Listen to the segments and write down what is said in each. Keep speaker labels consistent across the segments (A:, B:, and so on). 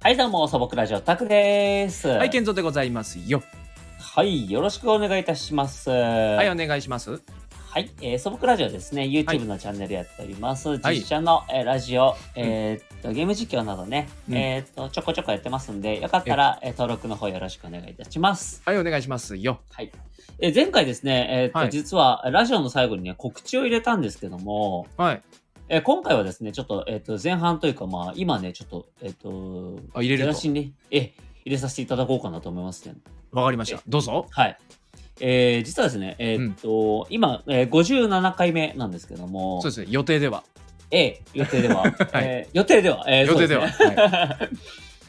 A: はい、どうも、素朴ラジオタクです。
B: はい、健三でございますよ。
A: はいよろしくお願いいたします。は
B: はい、お願いします。
A: はい、えー、素朴ラジオですね、YouTube のチャンネルやっております。
B: はい
A: 実写の、えーラジオ、えーっと、ゲーム実況などね、
B: うん
A: えーっと、ちょこちょこやってますんで、よかったら、えー登録の方よろしくお願いいたします。
B: はい、お願いしますよ。
A: はい。えー前回ですね、えーっと、
B: はい
A: 実は、ラジオの最後にね、告知を入れたんですけども、
B: はい。
A: えー今回はですね、ちょっと、えーっと、前半というか、まあ、今ね、ちょっと、えーっと、
B: あ、入れ
A: 出
B: る
A: だ
B: と。
A: しに、え、入れさせていただこうかなと思いますね。
B: わかりました。どうぞ。
A: はい。えー実はですね、えーっと、今、えー57回目なんですけども、
B: そうですね、予定では。
A: ええ予定 では、えー予定では、えー
B: 予定では。。
A: そう
B: はい
A: すね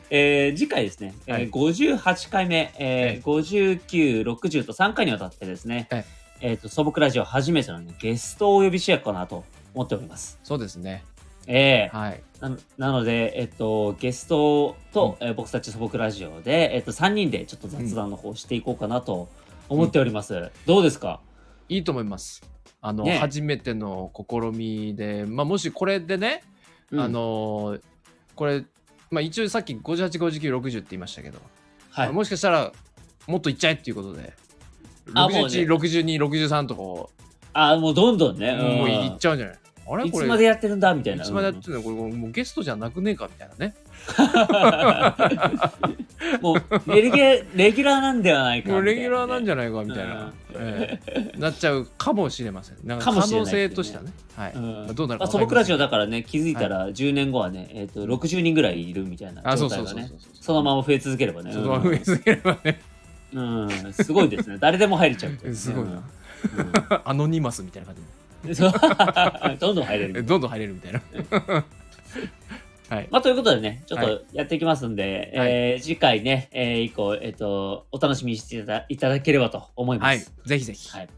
A: えー次回ですね、えー
B: はい
A: 58回目、えー
B: ええ
A: 59、60と3回にわたってですね、
B: え
A: えーと素朴ラジオ初めての、ね、ゲストをお呼びしようかなと思っております。
B: そうです ね。
A: ええ
B: はい。
A: ななので、えっと、ゲストと、えー僕たち素朴ラジオで、えっと、3人でちょっと雑談の方をしていこうかなと思っております。どうですか
B: いいと思います。あの、
A: ね
B: 初めての試みで、まあ、もしこれでね、あ、のーこれ、まあ、一応さっき58、59、60って言いましたけど、
A: はい、
B: もしかしたら、もっといっちゃえっていうことで、
A: あもうね
B: 61、62、63とかを、
A: あもうどんどんね、うん
B: もういっちゃうんじゃないあれ
A: い
B: こ
A: つ
B: れ
A: までやってるんだみたい
B: い
A: な。
B: つまでやってんのこれもうゲストじゃなくねえかみたいなね。
A: うんもうレギュラーレギュラーなんではないかみ
B: も
A: た
B: う
A: いなね、
B: レギュラーなんじゃないかみたいな、ええなっちゃうかもしれません。なん
A: か
B: か
A: も
B: 可
A: しれない
B: 能
A: ですね
B: 性としてはね。はい。
A: うん
B: どうな
A: まあ、
B: るか
A: 素
B: わかりません
A: 朴ラジオだからね気づいたら10年後はね、えっと60人ぐらいいるみたいな
B: あ、そ
A: 状
B: うそ
A: 態が
B: うそうそう
A: ねそのまま増え続ければね
B: そのまま増えすぎればね、
A: うんうんすごいですね誰でも入れちゃうってうね
B: すごいな。
A: うん
B: アノニマスみたいな感じ
A: うんそうどんどん 入れ
B: で。
A: る
B: どんどん入れるみたいな。はい。
A: まあ、ということでね、ちょっ
B: は
A: とやっていきますんで、
B: はい
A: えー次回ね、えー以降、えっ、と、お楽しみにしていたいただければと思いま
B: はい
A: す。。
B: ぜひぜひ。
A: はい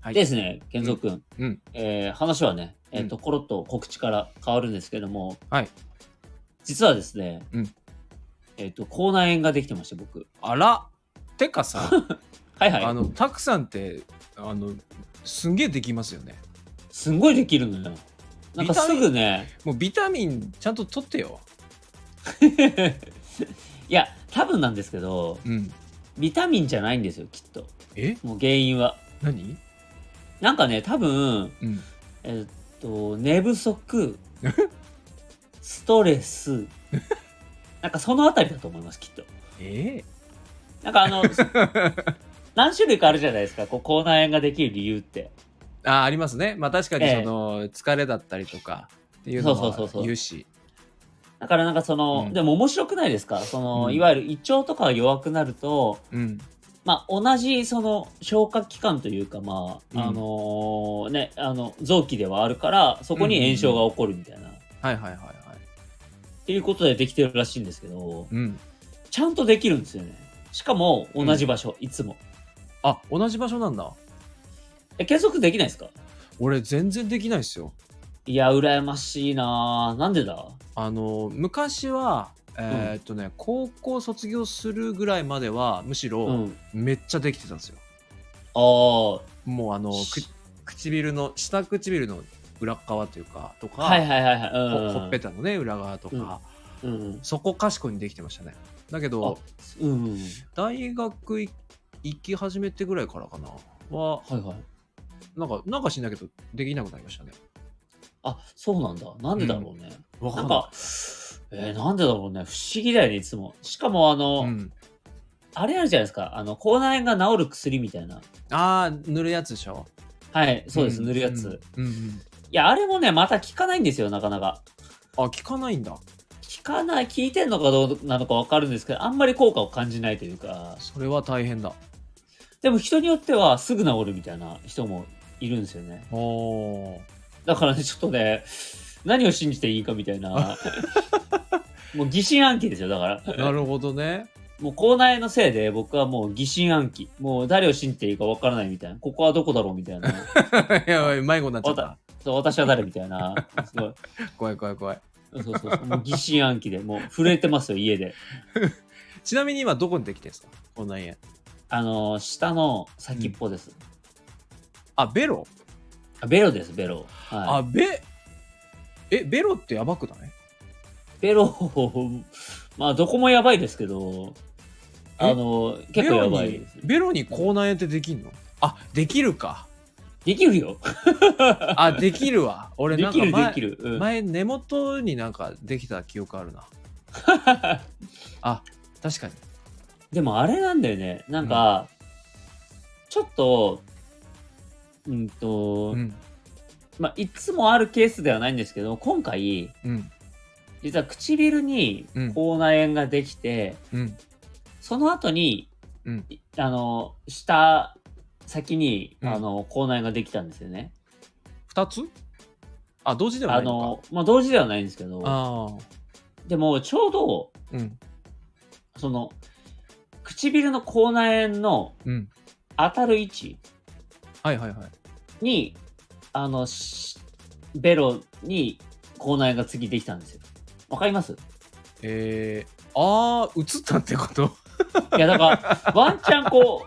B: はい
A: でですね、健三君、
B: うん。
A: えー話はね、えっ、と、コロッと告知から変わるんですけれども、
B: はい
A: 実はですね、
B: うん
A: えっ、と、口内炎ができてまして、僕。
B: あら、てかさ、
A: はいは
B: あ
A: い。
B: の、たくさんって、あの、すんげえできますよね。
A: すんごいできるのよ。なんかすぐね、
B: もうビタミンちゃんと取ってよ。
A: いや、多分なんですけど、
B: うん。
A: ビタミンじゃないんですよ、きっと。
B: え
A: もう原因は。
B: 何
A: なんかね、多分、
B: うん。
A: えっと、寝不 足、ストレス、なんかそのあたりだと思います、きっと。
B: え
A: なんかあの、 何種類かあるじゃないですか、こう、口内炎ができる理由って。
B: あありますねまあ確かに
A: ええ
B: その疲れだったりとかっていうの
A: そうそうそうそう
B: も言うし
A: だからなんかその、
B: うん
A: でも面白くないですかその、
B: うん
A: いわゆる胃腸とかが弱くなると、
B: うん
A: まあ同じその消化器官というか、まあ、
B: うん
A: あのーね、あの、臓器ではあるから、そこに炎症が起こるみたいな。
B: はいはいはいはい
A: っていうことでできてるらしいんですけど、
B: うん
A: ちゃんとできるんですよね。しかも同じ場所、いつも。
B: あ同じ場所なんだ
A: え、継続できないですか
B: 俺全然できないですよ
A: いや、羨ましいなぁ。なんでだ
B: あの昔はえーっとね、高校卒業するぐらいまではむし
A: う
B: ろ
A: ん。
B: めっちゃできてたんですよ、
A: あ
B: もうあのく
A: し
B: 唇の下唇の裏側というかと
A: あ。
B: か、
A: はいはいはいはい。うん、
B: ほほっぺたのね裏側とか、
A: うんうん。
B: そこかしこにできてましたねだけ
A: あ
B: ど、
A: うん。
B: 大学い行き始めてぐらいからかなは
A: はいはい。
B: なんかなんかしんだけどできなくなりましたね
A: あ、そうなんだ。なんでだろうね。
B: わ
A: なんか、えーなんでだろうね。不思議だよね、いつも。しかも、あの、
B: うん、
A: あれあるじゃないですか。あの、口内炎が治る薬みたいな。
B: ああ塗るやつでしょ
A: はい、そうです、
B: ん
A: 塗るやつ。い
B: うんうん
A: や、あれもね、また効かないんですよ、なかなか。
B: あ効かないんだ
A: 効かない、効いてんのかどうなのかわかるんですけど、あんまり効果を感じないというか。
B: それは大変だ
A: でも人によってはすぐ治るみたいな人もいるんですよね。
B: おお
A: だからね、ちょっとね、何を信じていいかみたい な。もう疑心暗鬼ですよ、だから。
B: ーなるほどね
A: もう口内炎のせいで僕はもう疑心暗鬼。もう誰を信じていいかわからないみたいな。ここはどこだろうみたい な。
B: やばい迷子になっちゃ
A: わ
B: った
A: そう私は誰みたいな。すごい。
B: 怖い怖い怖い
A: そうそうそう。もう疑心暗鬼で、もう震えてますよ、家で。
B: ちなみに今どこにできてんすかこんな家
A: あのー下の先っぽです。
B: あベロ、
A: あベロです、ベロ。はい。
B: あベえベロってやばくない
A: ベロ、まあ、どこもやばいですけど、
B: え
A: あの、結構やばいです。
B: ベロにベロに口内炎ってできんのあできるか
A: できるよ。
B: あできるわ俺
A: で
B: なん
A: き
B: か
A: る、
B: 前
A: できる。うん
B: 前根元になんかできた記憶あ るなあ確かに
A: でもあれなんだよね。なんか、ちょっと、うんと、
B: うん
A: まあ、いつもあるケースではないんですけど、今回、
B: うん
A: 実は唇に
B: うん
A: 口内炎ができて、
B: うん
A: その後に、
B: うん
A: いあの、下、先に、
B: うん
A: あの、口内炎ができたんですよね。
B: 2つあ同時ではな
A: あ
B: いの
A: の、まあ、同時ではないんですけ
B: か
A: ど、
B: あ
A: でも、ちょうど、
B: あーうん
A: その、唇の口内炎の
B: うん
A: 当たる位置
B: はいはいはい
A: に、あの、しベロに口内炎が次できたんですよ。わかります
B: えー、ああ映ったってこと
A: いや、だから、ワンチャンこ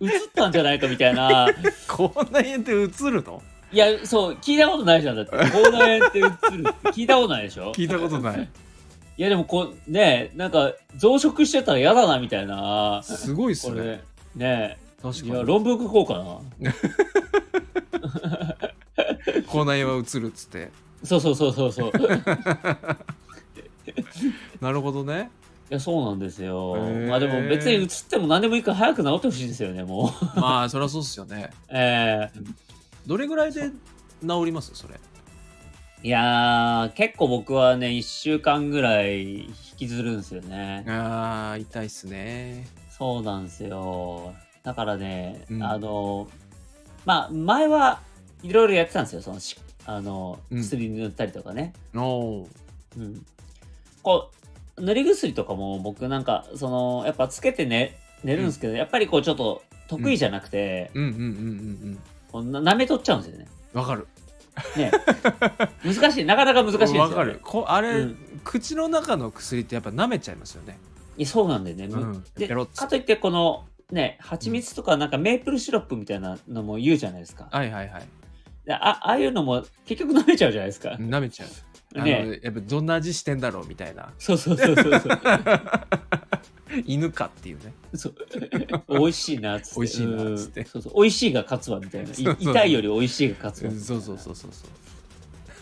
A: う、映ったんじゃないかみたいな。
B: 口内炎って映るの
A: いや、そう、聞いたことないじゃん。だって、口内炎って映るって聞いたことないでしょ
B: 聞いたことない
A: いやでもこうねなんか増殖してたら嫌だなみたいな
B: すごいっす
A: こ
B: ね
A: れね
B: 確
A: いや
B: かに
A: 論文書こうかな
B: 口内炎は映るっつって
A: そうそうそうそう そうい
B: なるほどね
A: やそうなんですよ
B: へー
A: まあでも別に移っても何でもいいから早く治ってほしいですよねもう
B: まあそりゃそうっすよね
A: え
B: どれぐらいで治りますそれ
A: えいやー結構僕はね1週間ぐらい引きずるんですよね
B: あー痛いっすね
A: そうなんですよだからね、
B: うん
A: あのまあ前はいろいろやってたんですよそのしあの
B: うん
A: 薬塗ったりとかね、
B: おー
A: うん、こう塗り薬とかも僕なんかそのやっぱつけてね寝るんですけど、やっぱりこうちょっと得意じゃなくて、
B: うんうんうんうん
A: こうな舐めとっちゃうんですよね。
B: うんわかる
A: ね難しいなかなか難しいんですよ、
B: わ
A: ね。
B: かるこあれ、
A: うん
B: 口の中の薬ってやっぱ舐めちゃいますよね
A: いやそうなんだよね。む
B: うん
A: で
B: ペロッつ
A: かといってこのね蜂蜜とかなんかメープルシロップみたいなのも言うじゃないですか。
B: はいはいはい
A: であああいうのも結局舐めちゃうじゃないですか。
B: 舐めちゃうあの、
A: ね
B: やっぱどんな味してんだろうみた いな
A: そうそうそうそう そう。
B: 犬かっていうね
A: そう。美味しいなっつって。
B: 美味しいなっつって
A: うんそうそう。美味しいが勝つわみたいな。い
B: そうそうそう
A: 痛いより美味しいが勝つ
B: う
A: わ
B: ん
A: みたい
B: そ
A: な。
B: うそうそうそうそう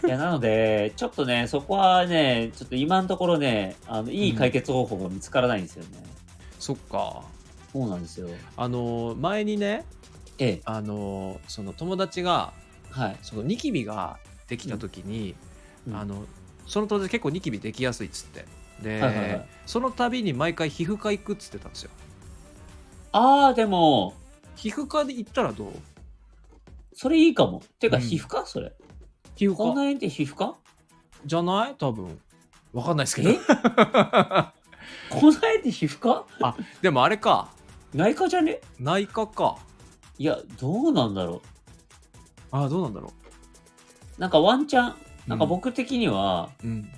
A: いや、なので、ちょっとね、そこはね、ちょっと今のところね、あのいい解決方法が見つからないんですよね。
B: そっか
A: そうなんですよ。
B: あの前にね
A: ええ、
B: あのその友達が
A: はい。
B: そのニキビができた時に、
A: うん
B: あのその友達結構ニキビできやすいっつってで、
A: はいはいはい
B: その度に毎回皮膚科行くっつってたんですよ
A: ああ、でも、
B: 皮膚科で行ったらどう
A: それいいかも。てか、
B: うん
A: 皮膚科それ。
B: 皮膚
A: こんな
B: 科
A: にって皮膚科
B: じゃない多分わかんないですけど
A: えこんなにって皮膚科
B: でもあれか
A: 内科じゃね
B: 内科か
A: いや、どうなんだろ
B: あどうなんだろ
A: う。なんかワンチャン、
B: う
A: なんか、僕的には、
B: うんうん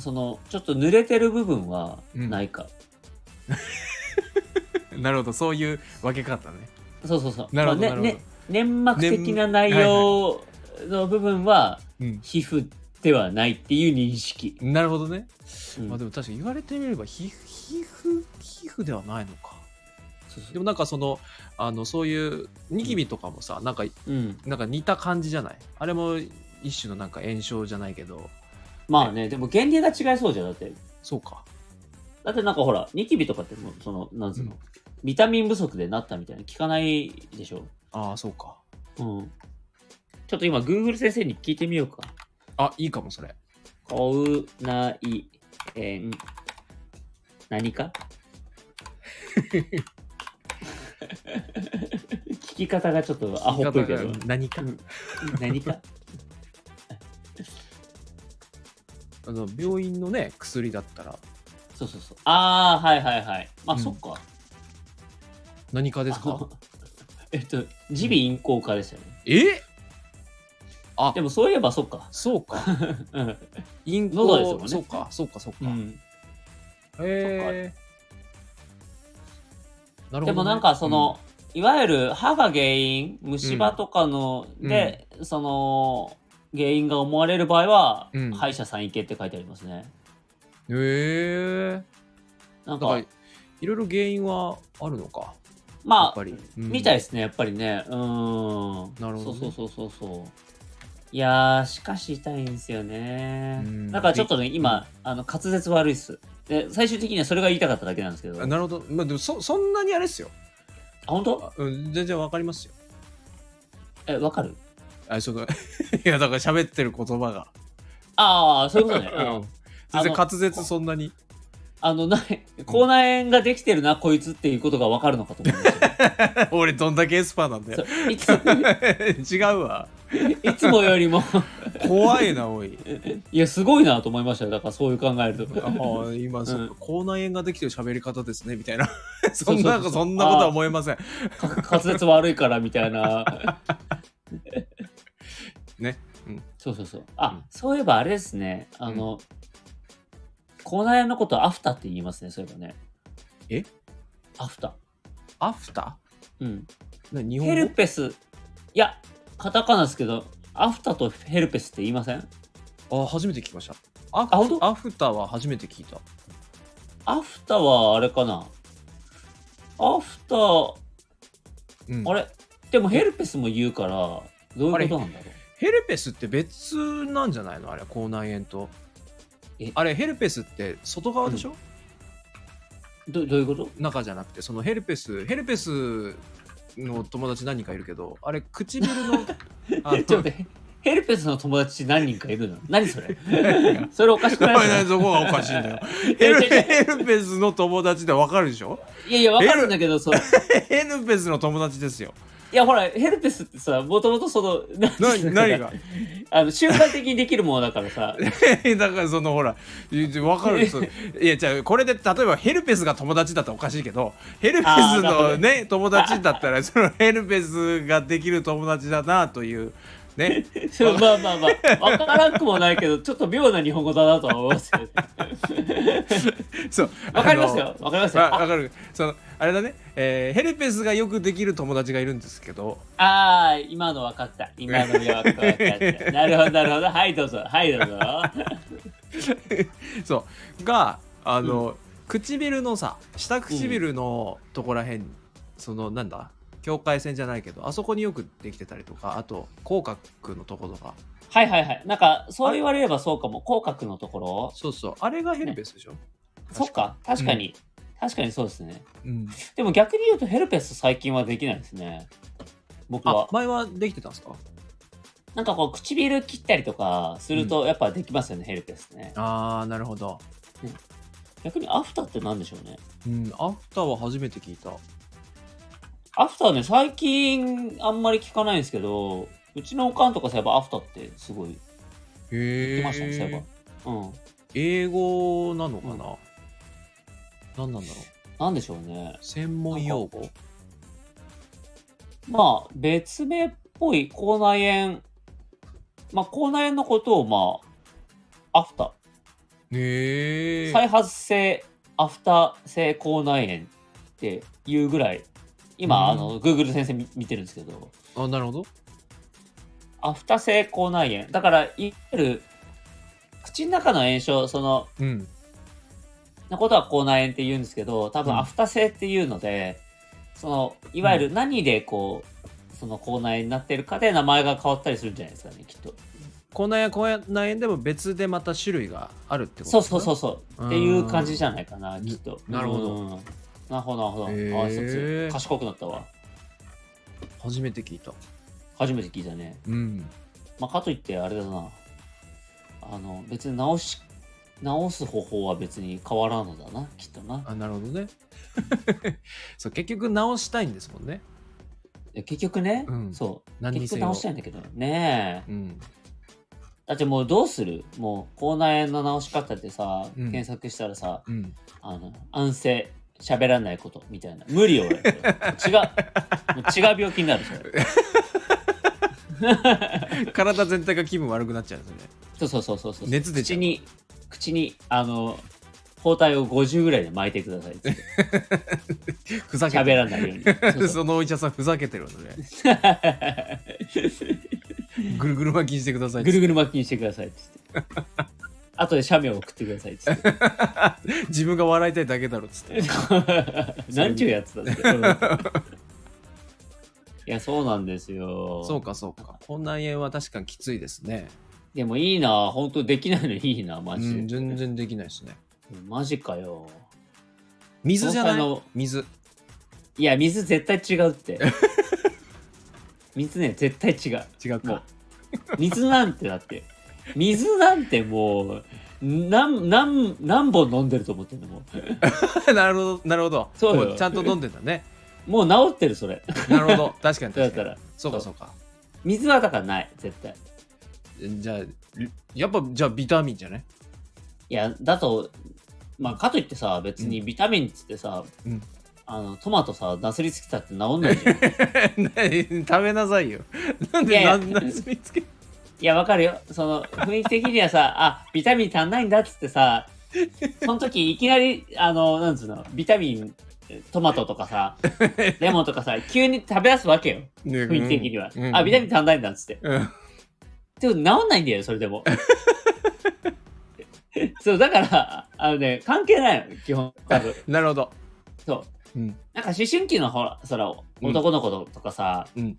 A: その、ちょっと濡れてる部分は内科。
B: なるほどそういう分け方ね
A: そうそうそう。
B: なるほど
A: まあ
B: なるほど
A: ねね粘膜的な内容の部分は
B: うん
A: 皮膚ではないっていう認識。
B: なるほどね、
A: うん
B: まあでも確かに言われてみれば皮膚皮膚皮膚ではないのか
A: そうそう
B: でもなんかそのあのそういうニキビとかもさ、なんか
A: うん
B: なんか似た感じじゃないあれも一種のなんか炎症じゃないけど
A: まあね、でも原理が違いそうじゃん。だって、
B: そうか
A: だってなんかほら、ニキビとかってもうその、なんつうの、
B: うん
A: ビタミン不足でなったみたいな聞かないでしょ。
B: ああそうか
A: うん。ちょっと今、Google 先生に聞いてみようか。
B: あいいかもそれ
A: 口内炎、何か 聞き方がちょっとアホっぽいけど
B: 言い。方が何か
A: うん何か
B: あの病院のね薬だったら
A: そうそうそう。ああ、はいはいはい。まあ、
B: うん
A: そっか。
B: 何かです
A: あ
B: か
A: のえっと、耳鼻咽喉科でしたよね。
B: えあ
A: でも、そういえばそっか。
B: そうか
A: うん。
B: 咽
A: 喉ですもんね
B: そうかそうかそうか、
A: う
B: へ
A: ん、
B: えなるほどね、
A: でも、なんか、その、いわゆる歯が原因、虫歯とかの、
B: うん
A: で、その、原因が思われる場合は、
B: うん
A: 歯医者さん行けって書いてありますね。
B: へえ
A: なん
B: だ
A: か、
B: からいろいろ原因はあるのかやっ
A: まあ
B: ぱ、り、
A: みたい
B: い
A: ですね、やっぱりね。うーん。
B: なるほどね
A: そうそうそうそうそう。いやー、しかし痛いんですよね
B: う。ん
A: だからちょっとね、今、あの滑舌悪いっす。で、最終的にはそれが言いたかっただけなんですけど。あ、
B: なるほどまあでもそそんなにあれですよ
A: 本当
B: あうん全然わかりますよ
A: え、わかる
B: あその いやだから喋ってる言葉が
A: ああ、そういうことね。
B: うん
A: あの
B: 全然滑舌そんなに
A: あの、な、口内炎ができてるな、こいつっていうことがわかるのかと思いました
B: 俺どんだけエスパーなんだ
A: そ
B: よ
A: ういつ
B: 違うわ
A: いつもよりも、
B: 怖いなおい
A: いや、すごいなと思いましたよ。だからそういう考えると。
B: あ ー今そううんか口内炎ができてる喋り方ですねみたいなそ
A: そうそうん
B: な
A: そう
B: そんなことは思えません
A: か滑舌悪いからみたいな。
B: ねうん
A: そうそうそう。あ、
B: うん
A: そういえばあれですね。あの、口内炎のことアフタって言いますね、そういえばね。
B: え
A: アフタ。
B: アフタ
A: うん。
B: ーね日
A: ヘ
B: 本語
A: ルペス。いや、カタカナですけど、アフタとヘルペスって言いません
B: あ初めて聞きましたア
A: あ本当
B: アフターは初めて聞いた
A: アフタはあれかなアフタ
B: うん
A: あれでもヘルペスも言うから、どういうことなんだろう
B: ヘルペスって別なんじゃないのあれ口内炎と
A: え
B: あれヘルペスって外側でしょ、
A: どどういうこと
B: 中じゃなくてそのヘルペスヘルペスの友達何人かいるけどあれ唇の あの
A: ちょっと待ってヘルペスの友達何人かいるの何それ
B: や
A: それおかしくないですか
B: そこがおかしいんだよ
A: い
B: ヘ
A: や
B: ル
A: いやい
B: ヘルペスの友達でわかるでしょ
A: やいや、わかるんだけど、そう。
B: ヘルペスの友達ですよ。
A: いや、ほら、ヘルペスってさ、もともとその、
B: な
A: 何ていうのかな
B: 何が
A: あの、習慣的にできるものだからさ。
B: だからそのほら分かるそういやじゃあこれで例えばヘルペスが友達だったらおかしいけどヘルペ
A: あー
B: ス
A: なるほど
B: のね友達だったらそのヘルペスができる友達だなという ね
A: そうまあまあまあ、わからんくもないけど、ちょっと妙な日本語だなとは思いますよね。
B: そう
A: わかります
B: あの
A: よ。わかりますよ。
B: わ
A: あ
B: わかるそのあれだね、えーヘルペスがよくできる友達がいるんですけど
A: あー、今のわかった。今のよくわかった。なるほど、なるほど。はい、どうぞ。はい、どうぞ。
B: そうがあの、唇のさ下唇のとこらへん、そのなんだ境界線じゃないけどあそこによくできてたりとかあと口角のとことか
A: はいはいはい。なんか、そう言われればそうかも。口角のところ。
B: そうそうあれがヘルペスでしょ、
A: そっか、確かに。確かにそうですね。
B: うん、
A: でも逆に言うとヘルペス最近はできないですね。僕
B: あ
A: は。
B: 前はできてたんですか
A: なんかこう唇切ったりとかするとやっぱできますよね、ヘルペスね。
B: ああなるほど、
A: 逆にアフターって何でしょうね。
B: うん、アフターは初めて聞いた
A: アフターね、最近あんまり聞かないんですけど、うちのおかんとかさ、やっぱアフターってすごい言
B: へ
A: ってましたね、そういえ
B: え
A: ば。うん。
B: 英語なのかな、何なんだろう
A: なんでしょうね。
B: 専門用語
A: まあ、別名っぽい口内炎。まあ、口内炎のことを、まあ、アフター。
B: へえ
A: 再発性アフター性口内炎っていうぐらい今、
B: うん
A: あの Google 先生み見てるんですけど
B: あなるほど
A: アフター性口内炎だからいわゆる口の中の炎症その
B: うん
A: のことは口内炎って言うんですけど多
B: う
A: 分
B: ん
A: アフター性っていうので、そのいわゆる何でこう、その口内炎になってるかで名前が変わったりするんじゃないですかねきっと
B: 口内炎口内炎でも別でまた種類があるってこと
A: そうそうそううそう
B: うん
A: っていう感じじゃないかなきっと
B: なるほど
A: うんなるほどなるほど、
B: へー
A: ああ一つ賢くなったわ
B: 初めて聞いた
A: 初めて聞いたね
B: うん
A: まあ、かといってあれだなあの別に直し直す方法は別に変わらんのだなきっとな
B: あなるほどね そう結局直したいんですもんね
A: いや結局ね、
B: うん
A: そう
B: 何に
A: 結
B: せ
A: 局
B: よ
A: 直したいんだけどねえ
B: うん
A: だってもうどうするもう口内炎の直し方ってさ、
B: うん
A: 検索したらさ
B: うん
A: あの安静喋らないことみたいな無理よ 俺違うもう違う病気になるそれ
B: 体全体が気分悪くなっちゃうんですね
A: そうそうそうそうそう
B: 熱出ちゃ
A: 口
B: う
A: に口にあの包帯を50ぐらいで巻いてください って
B: ふざけ
A: 喋
B: てる
A: ら ないようにそうそう
B: そのお医者さんふざけてるのねぐるぐる巻きにしてくださいっ
A: ぐ
B: つっ
A: るぐ
B: て
A: る巻きにしてくださいっつって。 あとで写メを送ってくださいっつって。
B: 自分が笑いたいだけだろっつって
A: なんちゅうやつだって。うんいや、そうなんですよ。
B: そうかそうかこんな円は確かにきついですね、
A: でもいいな、本当できないのいいな、
B: う
A: マジ
B: ん、
A: で。
B: 全然できないですね
A: マジかよ。
B: 水じゃな
A: その他
B: い
A: の
B: 水
A: いや、水絶対違うっ て。水ね、絶対違う。
B: 違う
A: もう、水なんてだって、水なんてもう、何、何、何本飲んでると思ってんのも
B: なるほどなるほど
A: そうよ
B: もちゃんと飲んでんだね
A: う。もう治ってる、それ。
B: なるほど確かに
A: だ
B: 確
A: った
B: かに
A: ら。
B: そうかそうか
A: 水はだからない、絶対。
B: じゃあやっぱじゃあビタミンじゃない
A: いや、だと、まあ、かといってさ、別にビタミンっつってさ、
B: うん
A: あのトマトさ、なすりつけたって治んないじゃん。い
B: 食べなさいよなん
A: いや
B: で
A: いや
B: なんなすりつけ
A: や、わかるよ。その、雰囲気的にはさ、あ、ビタミン足んないんだっつってさ、その時いきなり、あの、なんつうの、ビタミン、トマトとかさ、レモンとかさ、急に食べ出すわけよ。雰囲気的には。あ、ビタミン足んないんだっつって。
B: ンうん
A: でも治んないんだよ、それでも。そう、だから、あのね、関係ないの、基本、多分。
B: なるほど
A: そう。
B: うん
A: なんか思春期のほら、そら、
B: うん
A: 男の子とかさ、
B: うん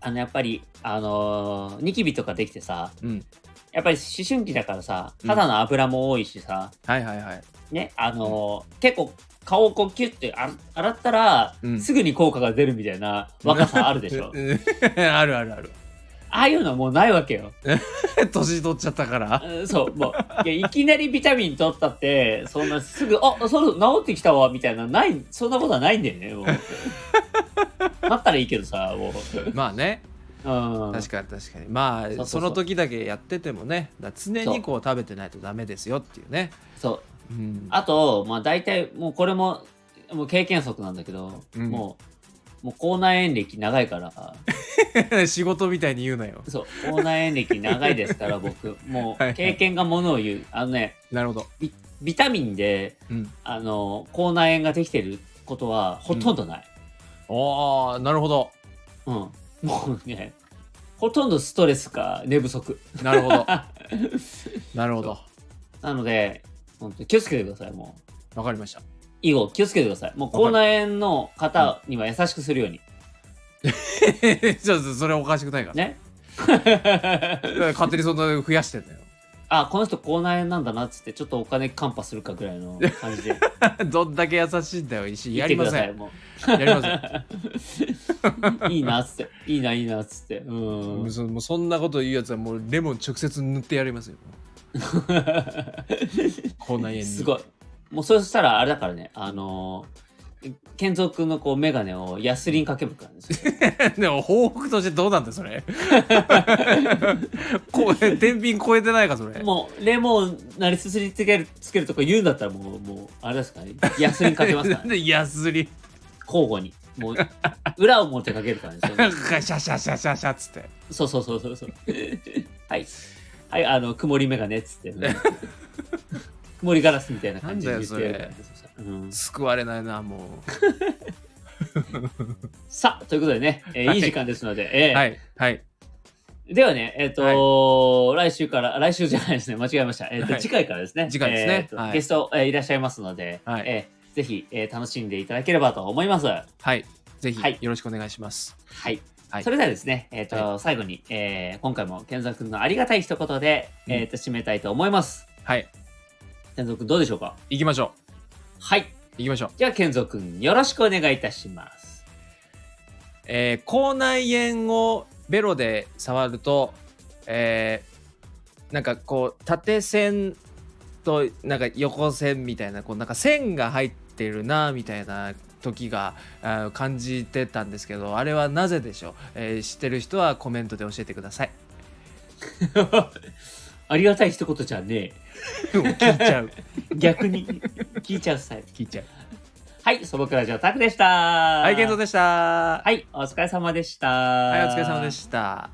A: あの、やっぱり、あのーニキビとかできてさ、
B: うん
A: やっぱり思春期だからさ、
B: うん
A: 肌の脂も多いしさ、
B: はいはいはい
A: ね、あのー結構顔をこうキュッてあ洗ったら、
B: うん。
A: すぐに効果が出るみたいな若さあるでしょ
B: あるあるある
A: ああいうのはもうないわけよ。
B: 年取っちゃっ たから
A: うんそう、もう、いやいきなりビタミン取ったって、そんなすぐ、あ、そろ治ってきたわ、みたいな、ない、そんなことはないんだよね、 もう。なったらいいけどさ、もう。
B: まあね
A: うん、
B: 確かに確かにま
A: そうそうそ
B: あ
A: う
B: その時だけやっててもねだから常にこう食べてないとダメですよっていうね
A: そう
B: うん
A: あとまあ大体もうこれももう経験則なんだけど、
B: うん
A: もうもう口内炎歴長いから
B: 仕事みたいに言うなよ
A: そう口内炎歴長いです から僕も
B: はいは
A: う
B: い
A: 経験がものを言うあのね
B: なるほど
A: ビビタミンで
B: うん
A: あの口内炎ができてることはほとんどない、
B: ああなるほど
A: うんもうねほとんどストレスか寝不足
B: なるほ どなるほど
A: なので本当に気をつけてくださいもう
B: わかりました
A: 以後気をつけてくださいもう口内炎の方には優しくするように
B: じゃあそれおかしくないから,、
A: ね
B: 勝手にそんな増やしてんだよ
A: あこの人口内炎なんだなっつってちょっとお金カンパするかぐらい の感じで
B: どんだけ優しいんだよ石
A: 言
B: や
A: っ
B: り
A: てくだ
B: ませ
A: さい
B: ん
A: も
B: やりません
A: ういいなっつっていいないいなっつってう
B: もうんそもうそんなこと言うやつはもうレモン直接塗ってやりますよこんな家に
A: すごいもうそうしたらあれだからねあのー、健三君のこう眼鏡をヤスリンかける からですよ
B: でも報復としてどうなんだよそれ こう天秤超えてないかそれ
A: もうレモンなりすすりつけるつけるとか言うんだったらもうもうあれですからねヤスリンかけますから、
B: なん
A: ね、
B: でやすり
A: 交互にもう裏を持ってかける からですよ
B: なんかシャシャシャシャシャっつって
A: そうそうそう そうそう。はい。はい、あの、曇り眼鏡っつって。うん 曇りガラスみたいな感じで言ってやるから
B: なんだ
A: うん
B: 救われないなも
A: さあ、ということでね、えー
B: はい
A: いい時間ですので、えー
B: うはいはい
A: ではね、えっ、と来週から、来週じゃないですね、間違えました。えっ、と、
B: はい
A: 次回からですね、
B: 次回ですね
A: えーと
B: はい
A: ゲスト、えーいらっしゃいますので、
B: はい
A: えーぜひ、えー楽しんでいただければと思います。は
B: はいぜひ
A: はい
B: よろしくお願いします
A: い。
B: はい
A: それではですね、えっ、と、
B: は
A: 最後に、えー今回も健三君のありがたい一言で、
B: うん
A: えっ、と、締めたいと思います。
B: はい
A: 健三君どうでしょうか
B: 行きましょ
A: はい。
B: う行きましょう
A: じゃあ、健三くん、よろしくお願いいたします。
B: えー口内炎をベロで触ると、えーなんかこう縦線となんか横線みたいなこうなんか線が入ってるなみたいな時があー感じてたんですけどあれはなぜでしょう、えー知ってる人はコメントで教えてくだ さい
A: ありがたい一言じゃね
B: 聞いちゃう
A: え。逆に、聞いちゃうスタイル。
B: 聞いちゃう
A: はい、素朴ラジオタクでした。
B: はい健三でした
A: はい、お疲れ様でした。
B: はいお疲れ様でした